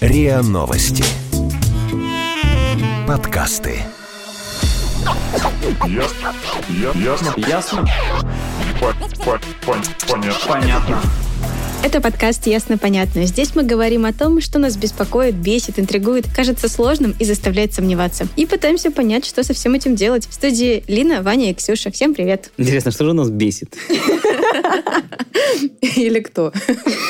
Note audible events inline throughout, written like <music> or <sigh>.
РИА Новости. Подкасты. Ясно. Я- Ясно. Ясно? По- по- пон- Понятно. Понятно. Это подкаст «Ясно, понятно». Здесь мы говорим о том, что нас беспокоит, бесит, интригует, кажется сложным и заставляет сомневаться. И пытаемся понять, что со всем этим делать. В студии Лина, Ваня и Ксюша. Всем привет. Интересно, что же нас бесит? Или кто?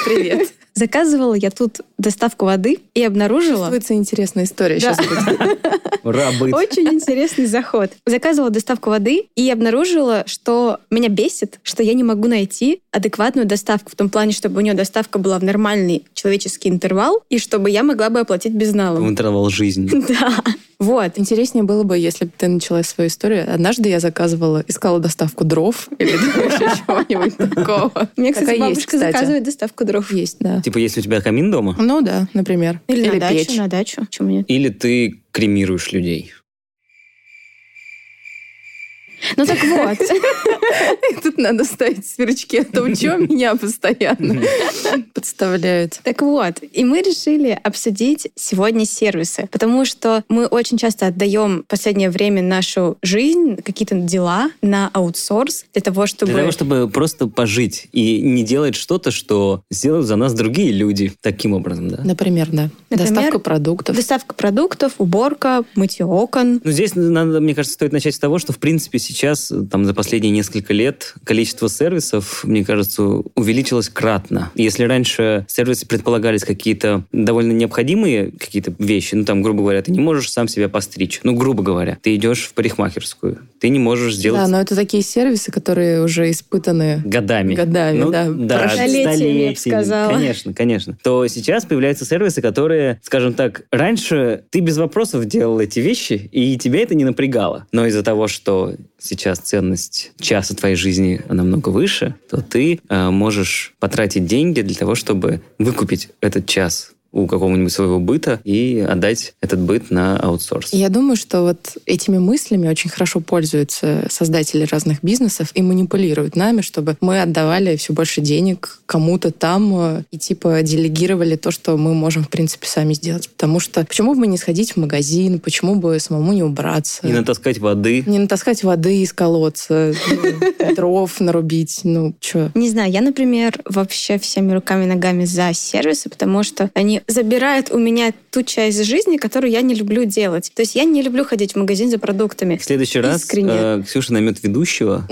Привет. Заказывала я тут доставку воды и обнаружила... Чувствуется интересная история Да. сейчас будет. Рабыт. Очень интересный заход. Заказывала доставку воды и обнаружила, что меня бесит, что я не могу найти адекватную доставку в том плане, чтобы у нее доставка была в нормальный человеческий интервал и чтобы я могла бы оплатить безналом. Интервал жизни. <laughs> Да. Вот. Интереснее было бы, если бы ты начала свою историю. Однажды я заказывала, искала доставку дров или вообще чего-нибудь такого. У меня, кстати, Такая есть, бабушка кстати. заказывает доставку дров. Есть, да. Типа, если у тебя камин дома, Ну да, например. Или, на дачу, печь. на дачу. Почему нет? или ты кремируешь людей. Ну так вот. <laughs> <laughs> Тут надо ставить сверчки, а то чего меня постоянно подставляют. Так вот, и мы решили обсудить сегодня сервисы, потому что мы очень часто отдаем в последнее время нашу жизнь, какие-то дела на аутсорс для того, чтобы... Для того, чтобы просто пожить и не делать что-то, что сделают за нас другие люди. Таким образом, да? Например, да. Например, Доставка продуктов. Доставка продуктов, уборка, мытье окон. Ну, здесь надо, мне кажется, стоит начать с того, что, в принципе, сейчас, там, за последние несколько лет количество сервисов, мне кажется, увеличилось кратно. Если раньше сервисы предполагались какие-то довольно необходимые какие-то вещи, ну, там, грубо говоря, ты не можешь сам себя постричь, ну, грубо говоря, ты идешь в парикмахерскую, ты не можешь сделать... Да, но это такие сервисы, которые уже испытаны Годами. Годами, Ну, да. да Столетиями, я бы столетиями, сказала. Конечно, конечно. То сейчас появляются сервисы, которые, скажем так, раньше ты без вопросов делал эти вещи, и тебя это не напрягало. Но из-за того, что сейчас ценность часа твоей жизни намного выше, то ты э, можешь потратить деньги для того, чтобы выкупить этот час у какого-нибудь своего быта и отдать этот быт на аутсорс. Я думаю, что вот этими мыслями очень хорошо пользуются создатели разных бизнесов и манипулируют нами, чтобы мы отдавали все больше денег кому-то там э, и типа делегировали то, что мы можем, в принципе, сами сделать. Потому что почему бы не сходить в магазин, почему бы самому не убраться? Не натаскать воды. Не натаскать воды из <laughs> колодца, ну, дров нарубить, ну, чё. Не знаю, я, например, вообще всеми руками и ногами за сервисы, потому что они забирают у меня ту часть жизни, которую я не люблю делать. То есть я не люблю ходить в магазин за продуктами. В следующий раз Искренне. э, Ксюша наймет <laughs> ведущего.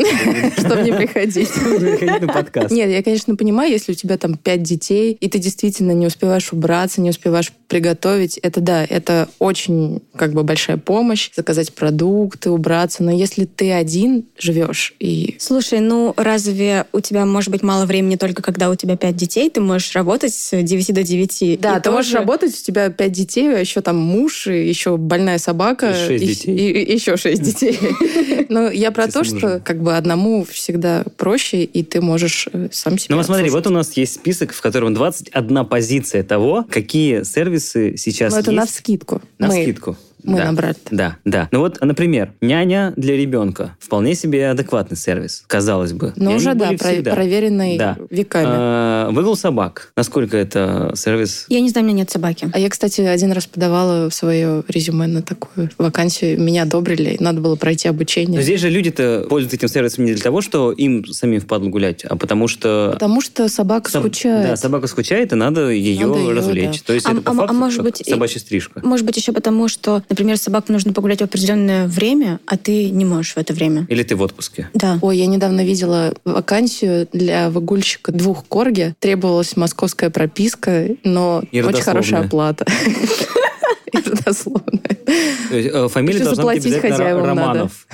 Чтобы не приходить. Приходить на подкаст. Нет, я, конечно, понимаю, если у тебя там пять детей, и ты действительно не успеваешь убраться, не успеваешь приготовить, это да, это очень как бы большая помощь, заказать продукты, убраться. Но если ты один живешь и Слушай, ну разве у тебя может быть мало времени только когда у тебя пять детей? Ты можешь работать с 9 до 9. да, И ты можешь тоже- работать, у тебя пять детей, а еще там муж, и еще больная собака. И шесть и- детей. И, и еще шесть детей. <laughs> Но я про Все то, с мужем. что как бы одному всегда проще, и ты можешь э, сам себя Ну, вот смотри, обслуживать. вот у нас есть список, в котором 21 позиция того, какие сервисы сейчас Но Ну, это есть. на вскидку. Навскидку. мы да. набрали. Да, да. Ну вот, например, няня для ребенка. Вполне себе адекватный сервис, казалось бы. Няни Но Ну, уже, да, были про- всегда. проверенный Да. веками. А, выгул собак. Насколько это сервис? Я не знаю, у меня нет собаки. А я, кстати, один раз подавала свое резюме на такую вакансию. Меня одобрили, и надо было пройти Но обучение. Ну, здесь же люди-то пользуются этим сервисом не для того, что им самим впадло гулять, а потому что... Потому что собака соб- скучает. Да, собака скучает, и надо ее Надо её, развлечь. То есть А- это по а- а факту может как быть, и- собачья стрижка. Может быть, еще потому, что, например, собакам нужно погулять в определенное время, а ты не можешь в это время. Или ты в отпуске. Да. Ой, я недавно видела вакансию для выгульщика двух корги. Требовалась московская прописка, но И очень родословная. хорошая оплата. <laughs> И родословная. То есть, э, Фамилия Еще должна быть заплатить обязательно Ра- хозяевам Романов.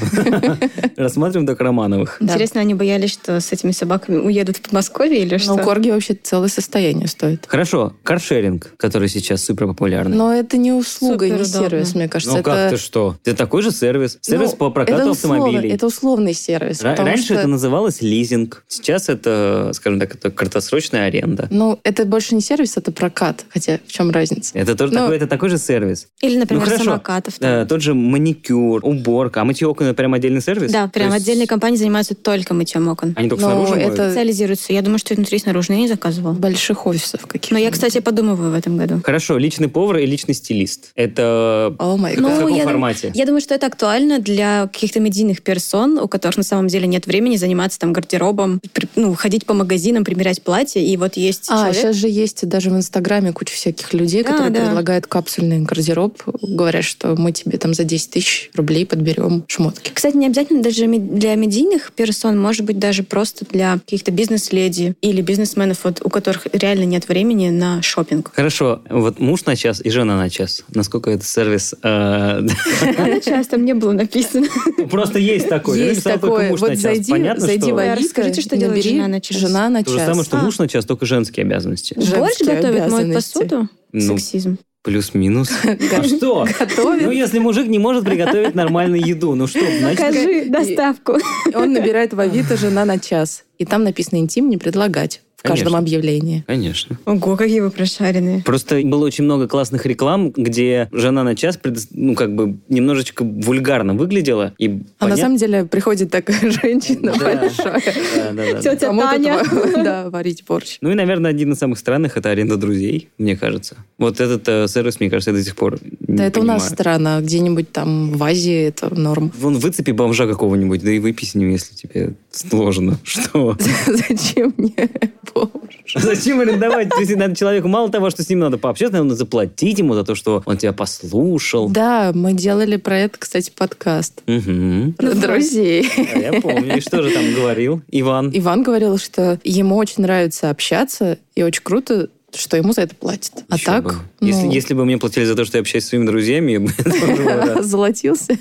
<laughs> Рассматриваем только Романовых. Да. Интересно, они боялись, что с этими собаками уедут в Подмосковье или что? Но корги вообще целое состояние стоит. Хорошо, каршеринг, который сейчас супер популярный. Но это не услуга, и не Суперудобно. сервис, мне Ну, кажется. Ну Это как ты что? Это такой же сервис. Сервис Ну, по прокату это условно- автомобилей. это условный сервис. Ра- потому Раньше что- это называлось лизинг. Сейчас это, скажем так, это краткосрочная аренда. Ну, это больше не сервис, это прокат. Хотя в чем разница? Это тоже Ну, такой, это такой же сервис. Или, например, Ну, хорошо. самокатов. там. Э, тот же маникюр, уборка, а мытье окон это прям отдельный сервис? Да, То прям есть отдельные компании занимаются только мытьем окон. Они только Но снаружи моют? Ну, это- Специализируются. Я думаю, что и внутри и снаружи. Я не заказывала. Больших офисов каких Но я, кстати, подумываю в этом году. Хорошо, личный повар и личный стилист. Это О май Ну, в каком я дум- формате? Я думаю, что это актуально для каких-то медийных персон, у которых на самом деле нет времени заниматься там гардеробом, при- ну, ходить по магазинам, примерять платье, и вот есть А, человек... сейчас же есть даже в Инстаграме куча всяких людей, Да, которые да. предлагают капсульный гардероб. Говорят, что мы тебе там за 10 тысяч рублей подберем шмотки. Кстати, не обязательно даже ме- для медийных персон, может быть, даже просто для каких-то бизнес-леди или бизнесменов, вот, у которых реально нет времени на шопинг. Хорошо, вот муж на час и жена на час. Насколько это сервис? э, <laughs> ну, Часто мне было написано. Просто есть такой. Я Есть написал только такое. муж Вот на час. зайди- Понятно, зайди что в Авито, Расскажите, что делает набери жена на час. Жена на то же час. самое, что А. муж на час, только женские обязанности. <laughs> Борщ Женские готовит, моет обязанности. посуду? Ну, Сексизм. плюс-минус. А что? Готовит. Ну, если мужик не может приготовить нормальную еду, ну что, <laughs> значит... Покажи доставку. Он набирает в Авито «жена на час». И там написано «интим не предлагать» в каждом Конечно. объявлении. Конечно. Ого, какие вы прошаренные. Просто было очень много классных реклам, где жена на час, предо- ну, как бы, немножечко вульгарно выглядела. И А на понятно- <laughs> самом деле приходит такая <laughs> женщина Да. большая. Да, да, да, да. Тетя Кому А тут Таня. <laughs> ва- да, варить борщ. Ну и, наверное, один из самых странных – это аренда друзей, мне кажется. Вот этот э, сервис, мне кажется, я до сих пор не Да это у нас понимаю. страна, где-нибудь там в Азии это норм. <laughs> Вон выцепи бомжа какого-нибудь, да и выпей с ним, если тебе сложно. <laughs> Что? Зачем мне борщ? Зачем арендовать? То есть надо человеку мало того, что с ним надо пообщаться, надо заплатить ему за то, что он тебя послушал. Да, мы делали про это, кстати, подкаст. Мгм. Про Ну, друзей. А Я помню. И что же там говорил Иван? Иван говорил, что ему очень нравится общаться, и очень круто, что ему за это платят. А Еще так, бы. ну, Если, <laughs> если бы мне платили за то, что я общаюсь с своими друзьями, я бы <laughs> тоже был рад. золотился.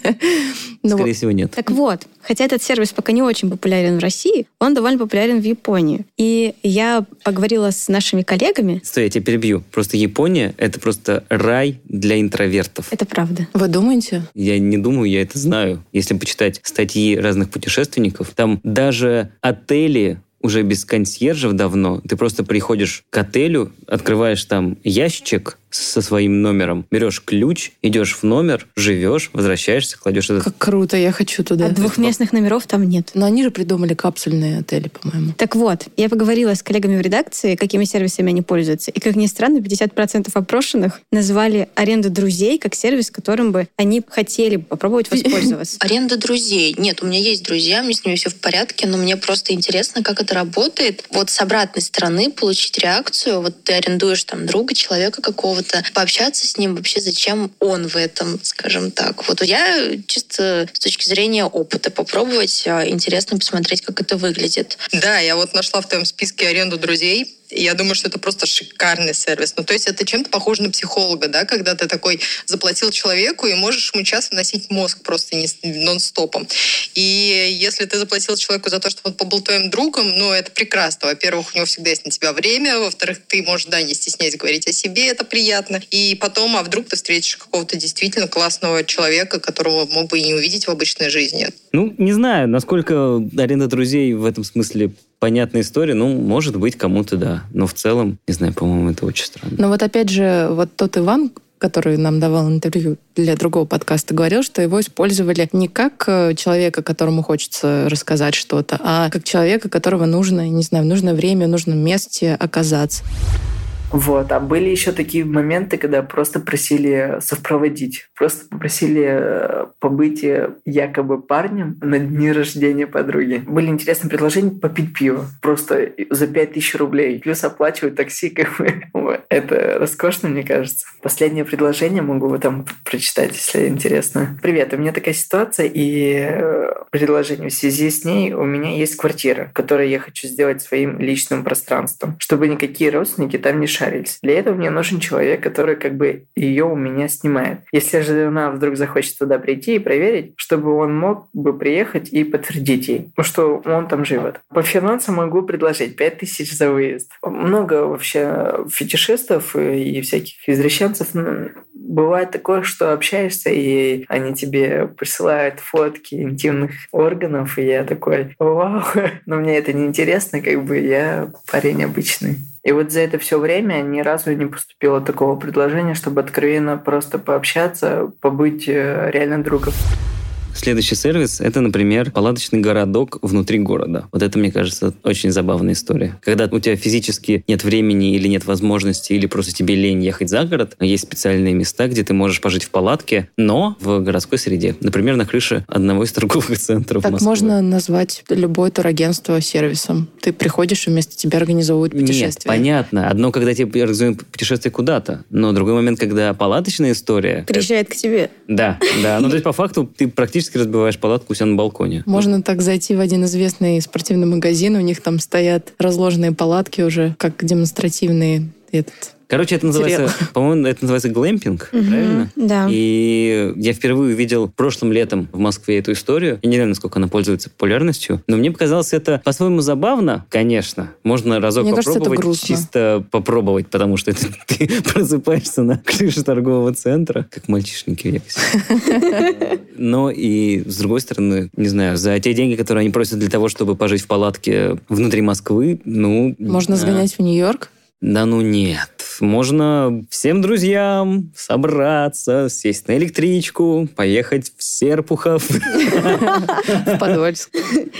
Ну, Скорее всего, нет. Так вот, хотя этот сервис пока не очень популярен в России, он довольно популярен в Японии. И я поговорила с нашими коллегами. Стой, я тебя перебью. Просто Япония — это просто рай для интровертов. Это правда. вы думаете? Я не думаю, я это знаю. Если почитать статьи разных путешественников, там даже отели уже без консьержев давно. Ты просто приходишь к отелю, открываешь там ящичек со своим номером, берешь ключ, идешь в номер, живешь, возвращаешься, кладешь этот... Как круто, я хочу А туда. двухместных номеров там нет. Но они же придумали капсульные отели, по-моему. Так вот, я поговорила с коллегами в редакции, какими сервисами они пользуются. И, как ни странно, 50% опрошенных назвали аренду друзей как сервис, которым бы они хотели бы <laughs> попробовать воспользоваться. Аренда друзей. Нет, у меня есть друзья, мне с ними все в порядке, но мне просто интересно, как это работает. Вот с обратной стороны получить реакцию, вот ты арендуешь там друга, человека какого-то, пообщаться с ним вообще, зачем он в этом, скажем так. Вот я чисто с точки зрения опыта попробовать, а, интересно посмотреть, как это выглядит. Да, я вот нашла в твоем списке аренду друзей. И я думаю, что это просто шикарный сервис. Ну, то есть это чем-то похоже на психолога, да, когда ты такой заплатил человеку и можешь ему час вносить мозг просто не, с- нон-стопом. И если ты заплатил человеку за то, что он побыл твоим другом, ну, это прекрасно. Во-первых, у него всегда есть на тебя время. Во-вторых, ты можешь, да, не стесняясь говорить о себе, это приятно. И потом, а вдруг ты встретишь какого-то действительно классного человека, которого мог бы и не увидеть в обычной жизни. Ну, не знаю, насколько аренда друзей в этом смысле понятная история. Ну, может быть, кому-то да. Но в целом, не знаю, по-моему, это очень странно. Но вот опять же, вот тот Иван, который нам давал интервью для другого подкаста, говорил, что его использовали не как э, человека, которому хочется рассказать что-то, а как человека, которого нужно, не знаю, в нужное время, в нужном месте оказаться. Вот. А были еще такие моменты, когда просто просили сопроводить. Просто попросили э, побыть э, якобы парнем на дни рождения подруги. Были интересные предложения попить пиво. Просто за 5000 рублей. Плюс оплачивать такси, <laughs> как бы. Вот. Это роскошно, мне кажется. Последнее предложение могу вот там прочитать, если интересно. Привет, у меня такая ситуация и э, предложение. В связи с ней у меня есть квартира, которую я хочу сделать своим личным пространством, чтобы никакие родственники там не шарились. Для этого мне нужен человек, который как бы ее у меня снимает. Если же жена вдруг захочет туда прийти и проверить, чтобы он мог бы приехать и подтвердить ей, ну, что он там живет. По финансам могу предложить 5000 за выезд. Много вообще фетишистов и всяких извращенцев м, Бывает такое, что общаешься, и они тебе присылают фотки интимных органов, и я такой, вау, но мне это не интересно, как бы я парень обычный. И вот за это все время ни разу не поступило такого предложения, чтобы откровенно просто пообщаться, побыть э, реально другом. Следующий сервис – это, например, палаточный городок внутри города. Вот это, мне кажется, очень забавная история. Когда у тебя физически нет времени или нет возможности, или просто тебе лень ехать за город, а есть специальные места, где ты можешь пожить в палатке, но в городской среде. Например, на крыше одного из торговых центров Так Москвы. можно назвать любое турагентство сервисом. Ты приходишь, и вместо тебя организовывают путешествие. Нет, понятно. Одно, когда тебе организуют путешествие куда-то, но другой момент, когда палаточная история. э, Приезжает к тебе. Да, да. Ну, то есть, по факту, ты практически разбиваешь палатку у себя на балконе. Можно так зайти в один известный спортивный магазин, у них там стоят разложенные палатки уже, как демонстративные этот. Короче, это называется, по-моему, это называется глэмпинг, правильно? Да. И я впервые увидел прошлым летом в Москве эту историю. Я не знаю, насколько она пользуется популярностью, но мне показалось это по-своему забавно, конечно. Можно разок Мне кажется, это попробовать, грустно. чисто попробовать, потому что это <laughs> ты просыпаешься на крыше торгового центра, как мальчишники в <laughs> Япосе. Но и, с другой стороны, не знаю, за те деньги, которые они просят для того, чтобы пожить в палатке внутри Москвы, ну... не Можно знаю. сгонять в Нью-Йорк. Да ну нет. Можно всем друзьям собраться, сесть на электричку, поехать в Серпухов. <laughs> В Подольск.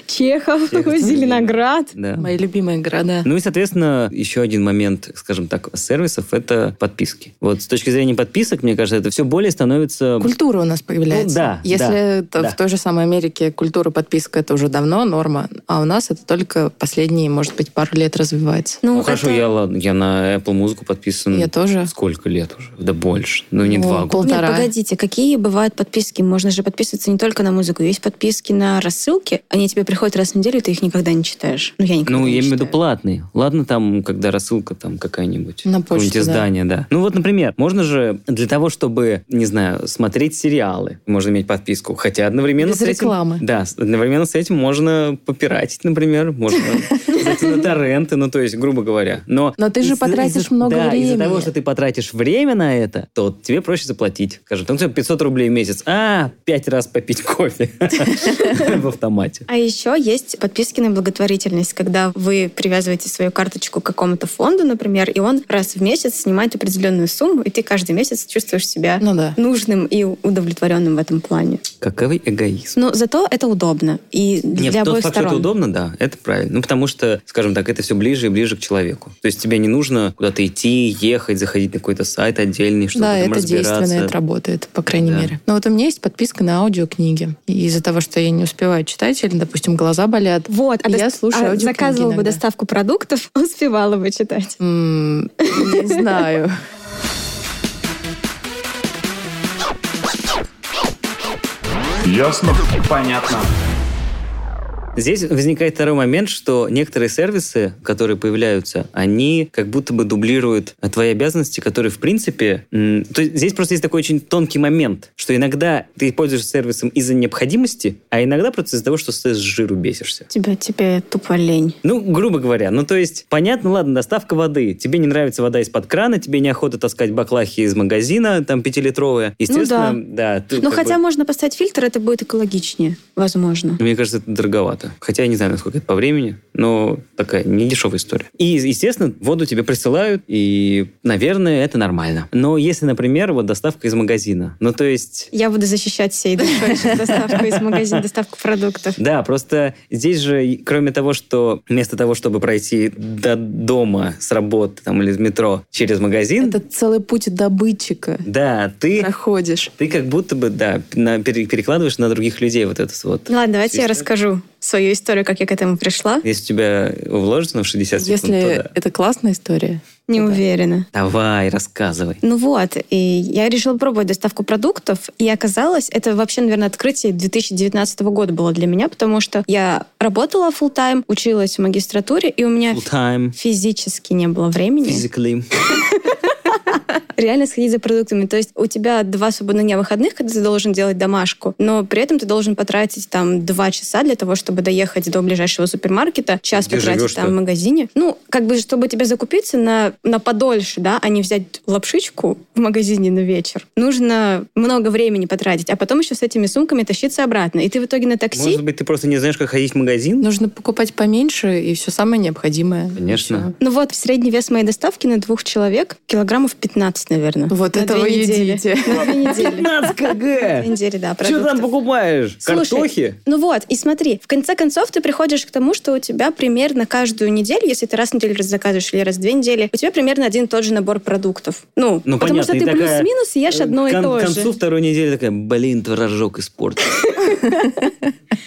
Чехов, Чехов, Зеленоград. Да. Мои любимые города. Ну и, соответственно, еще один момент, скажем так, сервисов – это подписки. Вот с точки зрения подписок, мне кажется, это все более становится... Культура у нас появляется. Ну, да, да, Если это да. в той же самой Америке культура подписка это уже давно норма, а у нас это только последние, может быть, пару лет развивается. Ну, Ну, хорошо, это- я, ладно, я на Apple музыку подписан... Я тоже. Сколько лет уже? Да больше. Ну, не Ну, два года. пол- Нет, полтора. погодите, какие бывают подписки? Можно же подписываться не только на музыку. Есть подписки на рассылки. Они тебе приходят раз в неделю, и ты их никогда не читаешь. Ну, я никогда Ну, не я имею в виду читаю. платные. Ладно, там, когда рассылка там какая-нибудь. На почту, какое-нибудь да. издание, да. Ну, вот, например, можно же для того, чтобы, не знаю, смотреть сериалы, можно иметь подписку. Хотя одновременно Без с этим... рекламы. Да, с- одновременно с этим можно попиратить, например. <laughs> Можно зайти на торренты, ну, то есть, грубо говоря. Но... Но ты же из- потратишь из-за- много Да, из-за времени. того, что ты потратишь время на это, то тебе проще заплатить. Скажем, там у тебя 500 рублей в месяц. А, пять раз попить кофе <laughs> <laughs> в автомате. А еще есть подписки на благотворительность, когда вы привязываете свою карточку к какому-то фонду, например, и он раз в месяц снимает определенную сумму, и ты каждый месяц чувствуешь себя Ну да. нужным и удовлетворенным в этом плане. Каковый эгоизм. Но зато это удобно. И Нет, для тот обоих факт, сторон. что это удобно, да, это правильно. Ну, потому что, скажем так, это все ближе и ближе к человеку. То есть тебе не нужно куда-то идти, ехать, заходить на какой-то сайт отдельный, чтобы Да, там это разбираться. действенно, это работает, по крайней Да. мере. Но вот у меня есть подписка на аудиокниги. И из-за того, что я не успеваю читать, или, допустим, глаза болят, Вот, а я дос- слушаю а аудиокниги заказывала бы иногда. доставку продуктов, <laughs> успевала бы читать. М, Не знаю. Ясно? Понятно. Здесь возникает второй момент, что некоторые сервисы, которые появляются, они как будто бы дублируют э, твои обязанности, которые в принципе... м, То есть здесь просто есть такой очень тонкий момент, что иногда ты пользуешься сервисом из-за необходимости, а иногда просто из-за того, что ты с жиру бесишься. Тебя, тебе тупо лень. Ну, грубо говоря, ну то есть, понятно, ладно, доставка воды. Тебе не нравится вода из-под крана, тебе неохота таскать баклахи из магазина, там, пятилитровые. Естественно, да. ты Ну, как хотя бы- можно поставить фильтр, это будет экологичнее, возможно. Мне кажется, это дороговато. Хотя я не знаю, насколько это по времени, но такая недешевая история. И, естественно, воду тебе присылают, и, наверное, это нормально. Но если, например, вот доставка из магазина, ну то есть... Я буду защищать всей душой сейчас доставку из магазина, доставку продуктов. Да, просто здесь же, и кроме того, что вместо того, чтобы пройти до дома с работы там, или из метро через магазин, Это целый путь добытчика. Да, ты, Проходишь. ты как будто бы, да, на- пере- перекладываешь на других людей вот это вот. Ну ладно, давайте я Чисто. расскажу свою историю, как я к этому пришла. Если у тебя уложится ну, в 60 секунд, Если то да. это классная история, Не уверена. Давай, рассказывай. Ну вот, и я решила пробовать доставку продуктов, и оказалось, это вообще, наверное, открытие 2019 года было для меня, потому что я работала full тайм училась в магистратуре, и у меня Full time, физически не было времени. physically. реально сходить за продуктами. То есть у тебя два свободных дня выходных, когда ты должен делать домашку, но при этом ты должен потратить там два часа для того, чтобы доехать до ближайшего супермаркета, час Где потратить живешь-то? там в магазине. Ну, как бы, чтобы тебе закупиться на, на подольше, да, а не взять лапшичку в магазине на вечер, нужно много времени потратить, а потом еще с этими сумками тащиться обратно. И ты в итоге на такси... Может быть, ты просто не знаешь, как ходить в Ну, магазин? Нужно покупать поменьше и все самое необходимое. Конечно. Ну вот, средний вес моей доставки на двух человек килограммов 15, наверное. Вот на это две вы недели. едите. <laughs> На две <laughs> недели. 15 <laughs> Две кг! недели, да, Что там продуктов. покупаешь? Слушай, Картохи? Ну вот, и смотри, в конце концов ты приходишь к тому, что у тебя примерно каждую неделю, если ты раз в неделю заказываешь или раз в две недели, у тебя примерно один и тот же набор продуктов. Ну, Ну, потому понятно, что и ты такая, плюс-минус ешь Э, одно и кон- то К концу же. второй недели такая, блин, творожок <laughs> испортил.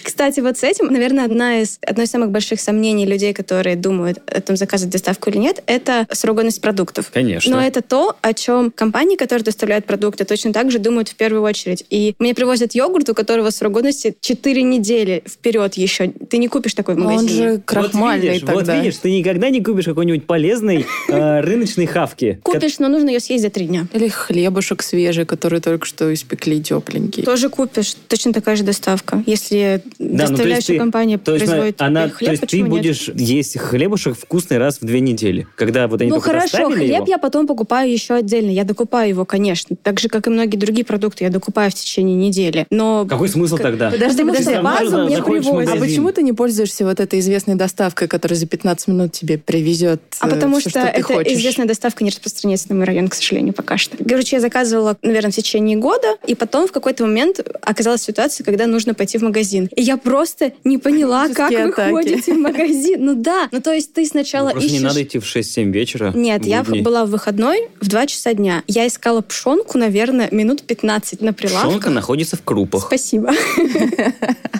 Кстати, вот с этим, наверное, одна из, одно из самых больших сомнений людей, которые думают о том, заказывать доставку или нет, это срок годности продуктов. Конечно. Но это то, о чем компании, которые доставляют продукты, точно так же думают в первую очередь. И мне привозят йогурт, у которого срок годности 4 недели вперед еще. Ты не купишь такой в Но он магазине. же крахмальный вот видишь, вот тогда. видишь, ты никогда не купишь какой-нибудь полезной <laughs> э, рыночной хавки. Купишь, но нужно ее съесть за три дня. Или хлебушек свежий, который только что испекли тепленький. Тоже купишь. Точно такая же доставка. Если Да, ну, то есть доставляющая ты- компания то есть, производит она, хлеб, то есть ты почему нет? будешь есть хлебушек вкусный раз в две недели, когда вот они Ну только хорошо, доставили хлеб его. я потом покупаю еще отдельно. Я докупаю его, конечно. Так же, как и многие другие продукты, я докупаю в течение недели. Но Какой смысл тогда? Подожди, Потому подожди, что базу можно мне заходишь в привозят. А магазин. почему ты не пользуешься вот этой известной доставкой, которая за 15 минут тебе привезет А э, потому всё, что, ты эта хочешь? известная доставка не распространяется на мой район, к сожалению, пока что. Короче, я заказывала, наверное, в течение года, и потом в какой-то момент оказалась ситуация, когда нужно пойти в магазин. И я просто не поняла, как Панические вы атаки. ходите в магазин. Ну да, ну то есть ты Ну, сначала просто не ищешь... надо идти в 6-7 вечера. Нет, я в- будней. была в выходной в 2 часа дня. Я искала пшенку, наверное, минут 15 на Пшенка прилавках. находится в крупах. Спасибо.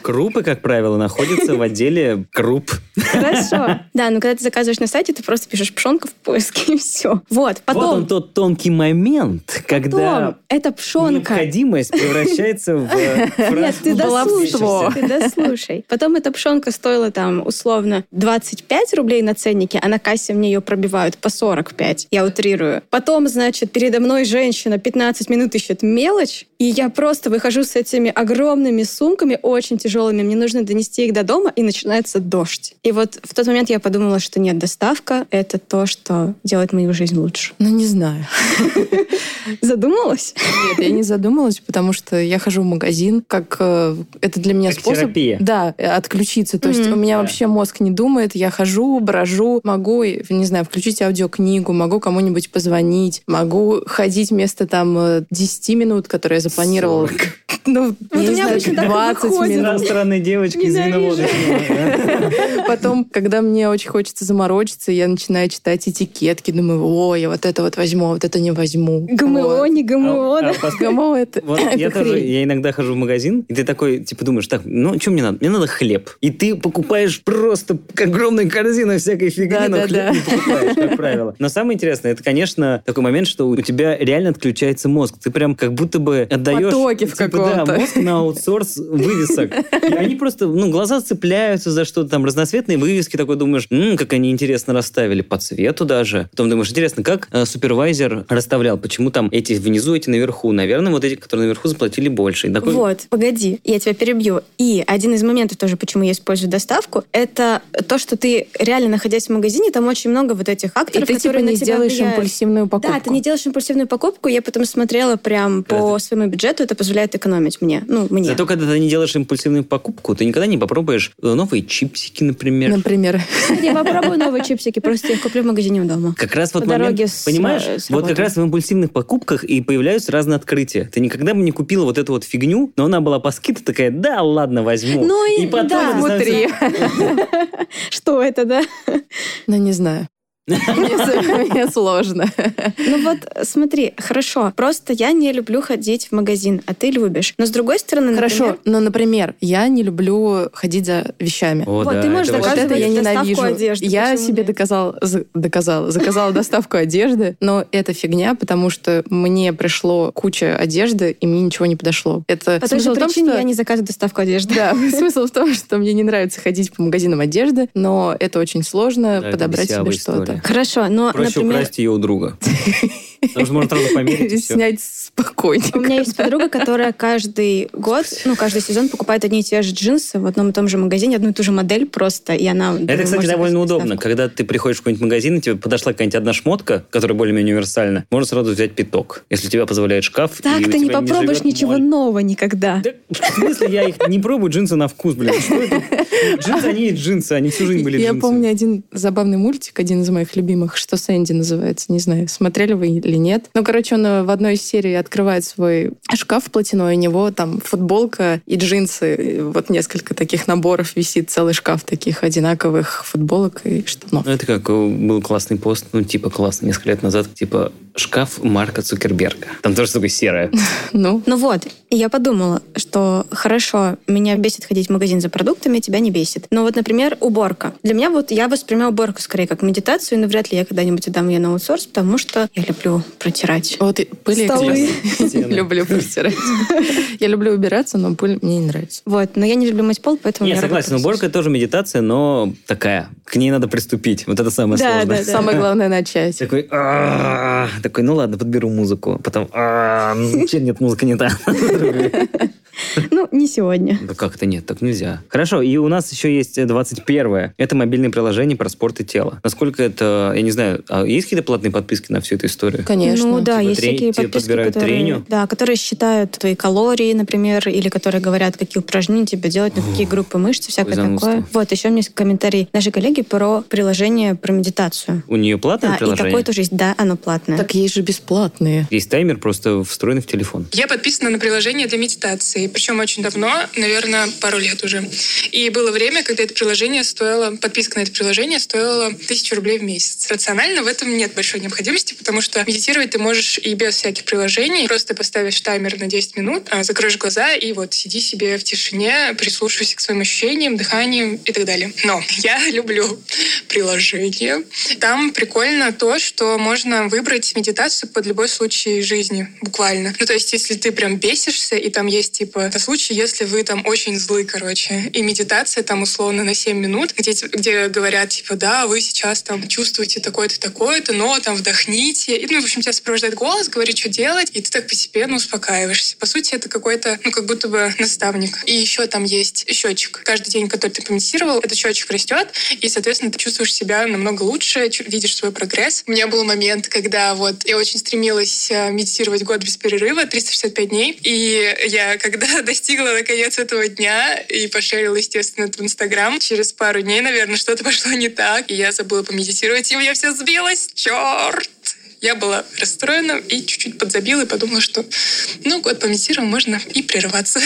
Крупы, как правило, находятся в отделе круп. Хорошо. Да, но когда ты заказываешь на сайте, ты просто пишешь пшенка в поиске, <laughs> и все. Вот, Вот он потом... тот тонкий момент, когда Потом, это пшенка. необходимость превращается в э, <laughs> Нет, фразу ты «баловство». дослушай. Ты дослушай. Потом эта пшенка стоила там условно 25 рублей на ценнике, а на кассе мне ее пробивают по 45. Я утрирую. Потом, значит, передо мной женщина 15 минут ищет мелочь, и я просто выхожу с этими огромными сумками, очень тяжелыми. Мне нужно донести их до дома, и начинается дождь. И вот в тот момент я подумала, что нет, доставка — это то, что делает мою жизнь лучше. Ну, не знаю. Задумалась? Нет, я не задумалась, потому что я хожу в магазин, как э, это для меня Как способ... терапия. Да, э, отключиться. То есть Мгм. у меня Да. вообще мозг не думает. Я хожу, брожу, могу, э, не знаю, включить аудиокнигу, могу кому-нибудь позвонить, могу ходить вместо там э, 10 минут, которые я запланировала. <laughs> Ну, у я не меня знаю, обычно так и 20 выходит. минут. Со стороны девочки из Ненавижу. <laughs> виноводочного. Потом, когда мне очень хочется заморочиться, я начинаю читать этикетки, думаю, о, я вот это вот возьму, а вот это не возьму. ГМО, Вот. не ГМО, А- да? а пос- ГМО <laughs> это... Вот я это тоже, хрень. я иногда хожу в магазин, и ты такой, типа, думаешь, так, ну, что мне надо? Мне надо хлеб. И ты покупаешь просто огромную корзину всякой фигни, но Да-да-да. хлеб не покупаешь, как правило. Но самое интересное, это, конечно, такой момент, что у тебя реально отключается мозг. Ты прям как будто бы отдаешь... Потоки в типа, Да, каком-то. мозг на аутсорс вывесок. И они просто, ну, глаза цепляются за что-то там, разноцветные вывески, такой думаешь, «М, как они интересно расставили, по цвету даже. Потом думаешь, интересно, как э, супервайзер расставлял, почему там эти внизу, эти наверху. Наверное, вот эти, которые наверху, заплатили больше. И такой, Вот, погоди, я тебя перебью. И один из моментов тоже, почему я использую доставку, это то, что ты реально, находясь в магазине, там очень много вот этих И акторов, ты типа которые на не тебя сделаешь влияют. импульсивную покупку. Да, ты не делаешь импульсивную покупку, я потом смотрела прям по своему бюджету, это позволяет экономить мне. Ну, мне. Зато, когда ты не делаешь импульсивную покупку, ты никогда не попробуешь э, новые чипсики, например. Например, Я попробую новые чипсики, просто я их куплю в магазине у дома. Как раз вот По момент, дороге с- понимаешь, э, с вот как работы. раз в импульсивных покупках и появляются разные открытия. Ты никогда бы не купила вот эту вот фигню, но она была по скидке такая, да, ладно, возьму. Ну и- потом да. это становится- <laughs> внутри. Что это, да? Ну, <laughs> не знаю. Мне с- мне сложно. Ну вот, смотри, хорошо, просто я не люблю ходить в магазин, а ты любишь. Но с другой стороны, Хорошо, ну, например, но, например, я не люблю ходить за вещами. О, Вот, да, ты можешь это Вот вообще- заказывать это я доставку ненавижу. одежды, я почему себе нет? доказала, за- доказала, заказала доставку одежды, но это фигня, потому что мне пришло куча одежды, и мне ничего не подошло. Это А по той же смысл в том, причине что- я не заказываю доставку одежды. <laughs> Да, смысл в том, что мне не нравится ходить по магазинам одежды, но это очень сложно Да, это подобрать себе бесявая что-то. история. <laughs> Хорошо, но, Проще например... <laughs> украсть ее у друга. Потому что можно сразу померить <laughs> и все. Снять спокойненько. У меня есть подруга, которая каждый год, ну, каждый сезон покупает одни и те же джинсы в одном и том же магазине, одну и ту же модель просто, и она... Это, кстати, довольно удобно. Как... Когда ты приходишь в какой-нибудь магазин, и тебе подошла какая-нибудь одна шмотка, которая более-менее универсальна, можно сразу взять пяток, если тебя позволяет шкаф. Так и у ты не тебя попробуешь живет ничего моль. нового никогда. Да, в смысле, я их не пробую, джинсы на вкус, блин. Что это? Джинсы, они и джинсы, они всю жизнь были Я джинсы. помню один забавный мультик, один из моих любимых, что Сэнди называется, не знаю, смотрели вы или нет. Ну, короче, он э, в одной из серий открывает свой шкаф платяной, у него там футболка и джинсы, и вот несколько таких наборов висит, целый шкаф таких одинаковых футболок и штанов. Ну, это как э, был классный пост, ну, типа классный, несколько лет назад, типа шкаф Марка Цукерберга. Там тоже такое серое. Ну, Ну вот, и я подумала, что хорошо, меня бесит ходить в магазин за продуктами, тебя не бесит. Но вот, например, уборка. Для меня вот я воспринимаю уборку скорее как медитацию, но вряд ли я когда-нибудь отдам ее на аутсорс, потому что я люблю протирать. вот и пыль Столы. я, кстати, <laughs> люблю протирать. <laughs> Я люблю убираться, но пыль мне не нравится. Вот, но я не люблю мыть пол, поэтому... Я я согласен, работаю с- уборка тоже медитация, но такая. К ней надо приступить. Вот это самое Да, сложное. да, да. Самое главное начать. Такой, «А-а-а». такой, ну ладно, подберу музыку. Потом, «А-а-а, м, че нет, музыка не та. Ну, не сегодня. Да как это нет, так нельзя. Хорошо, и у нас еще есть э, 21 Это мобильное приложение про спорт и тело. Насколько это, я не знаю, а есть какие-то платные подписки на всю эту историю? Конечно. Ну да, Типа есть трени- тебе такие подписки, подбирают которые, треню? Да, которые считают твои калории, например, или которые говорят, какие упражнения тебе делать, на какие группы мышц, и всякое какое такое. занудство. Вот, еще у меня есть комментарий нашей коллеги про приложение про медитацию. У нее платное Да, и приложение? такое тоже есть. Да, оно платное. Так есть же бесплатные. Есть таймер, просто встроенный в телефон. Я подписана на приложение для медитации, причем очень давно, наверное, пару лет уже. И было время, когда это приложение стоило, подписка на это приложение стоила тысячу рублей в месяц. Рационально в этом нет большой необходимости, потому что медитировать ты можешь и без всяких приложений. Просто поставишь таймер на 10 минут, а, закроешь глаза и вот сиди себе в тишине, прислушивайся к своим ощущениям, дыханию и так далее. Но я <laughs> люблю приложение. Там прикольно то, что можно выбрать медитацию под любой случай жизни, буквально. Ну, то есть, если ты прям бесишься, и там есть, типа, на случай, если вы там очень злы, короче, и медитация там условно на 7 минут, где, т- где говорят, типа, да, вы сейчас там чувствуете такое-то, такое-то, но там вдохните. И, ну, в общем, тебя сопровождает голос, говорит, что делать, и ты так постепенно успокаиваешься. По сути, это какой-то, ну, как будто бы наставник. И еще там есть счетчик. Каждый день, который ты помедитировал, этот счетчик растет, и, соответственно, ты чувствуешь себя намного лучше, чу- видишь свой прогресс. У меня был момент, когда вот я очень стремилась э, медитировать год без перерыва, 365 дней, и я, когда <laughs> достигла наконец этого дня и пошерила, естественно, это в Инстаграм, через пару дней, наверное, что-то <laughs> пошло не так, и я забыла помедитировать, и у меня все сбилось, черт! Я была расстроена и чуть-чуть подзабила и подумала, что ну, год помедитировал, можно и прерваться.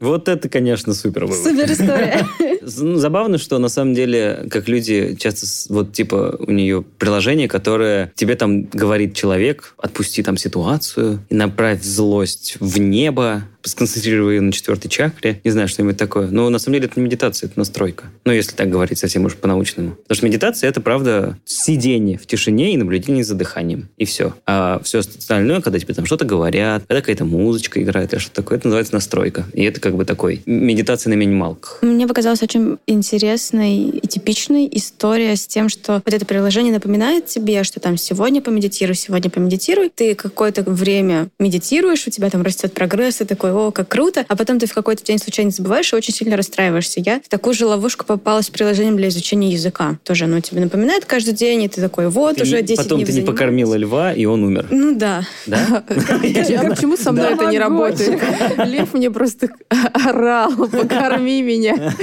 Вот это, конечно, супер было. Супер история. <laughs> З- ну, Забавно, что на самом деле, как люди часто, с- вот типа у нее приложение, которое тебе там говорит человек, отпусти там ситуацию, и направь злость в небо, сконцентрируй ее на четвертой чакре, не знаю, что-нибудь такое. Но на самом деле это не медитация, это настройка. Ну, если так говорить совсем уж по-научному. Потому что медитация — это, правда, сидение в тишине и наблюдение за дыханием. И все. А все остальное, когда тебе там что-то говорят, когда какая-то музычка играет или что-то такое, это называется настройка. И это как бы такой медитация на минималках. Мне показалась очень интересной и типичной история с тем, что вот это приложение напоминает тебе, что там сегодня помедитируй, сегодня помедитируй. Ты какое-то время медитируешь, у тебя там растет прогресс, ты такой, о, как круто. А потом ты в какой-то день случайно забываешь и очень сильно расстраиваешься. Я в такую же ловушку попалась с приложением для изучения языка. Тоже оно тебе напоминает каждый день, и ты такой, вот, Ты уже не- 10 Потом дней ты не занимаюсь». покормила льва, и он умер. Ну <laughs> да. Да? Я- а Почему со мной Да. это не Могучий. работает? <laughs> Лев мне просто орал, покорми меня.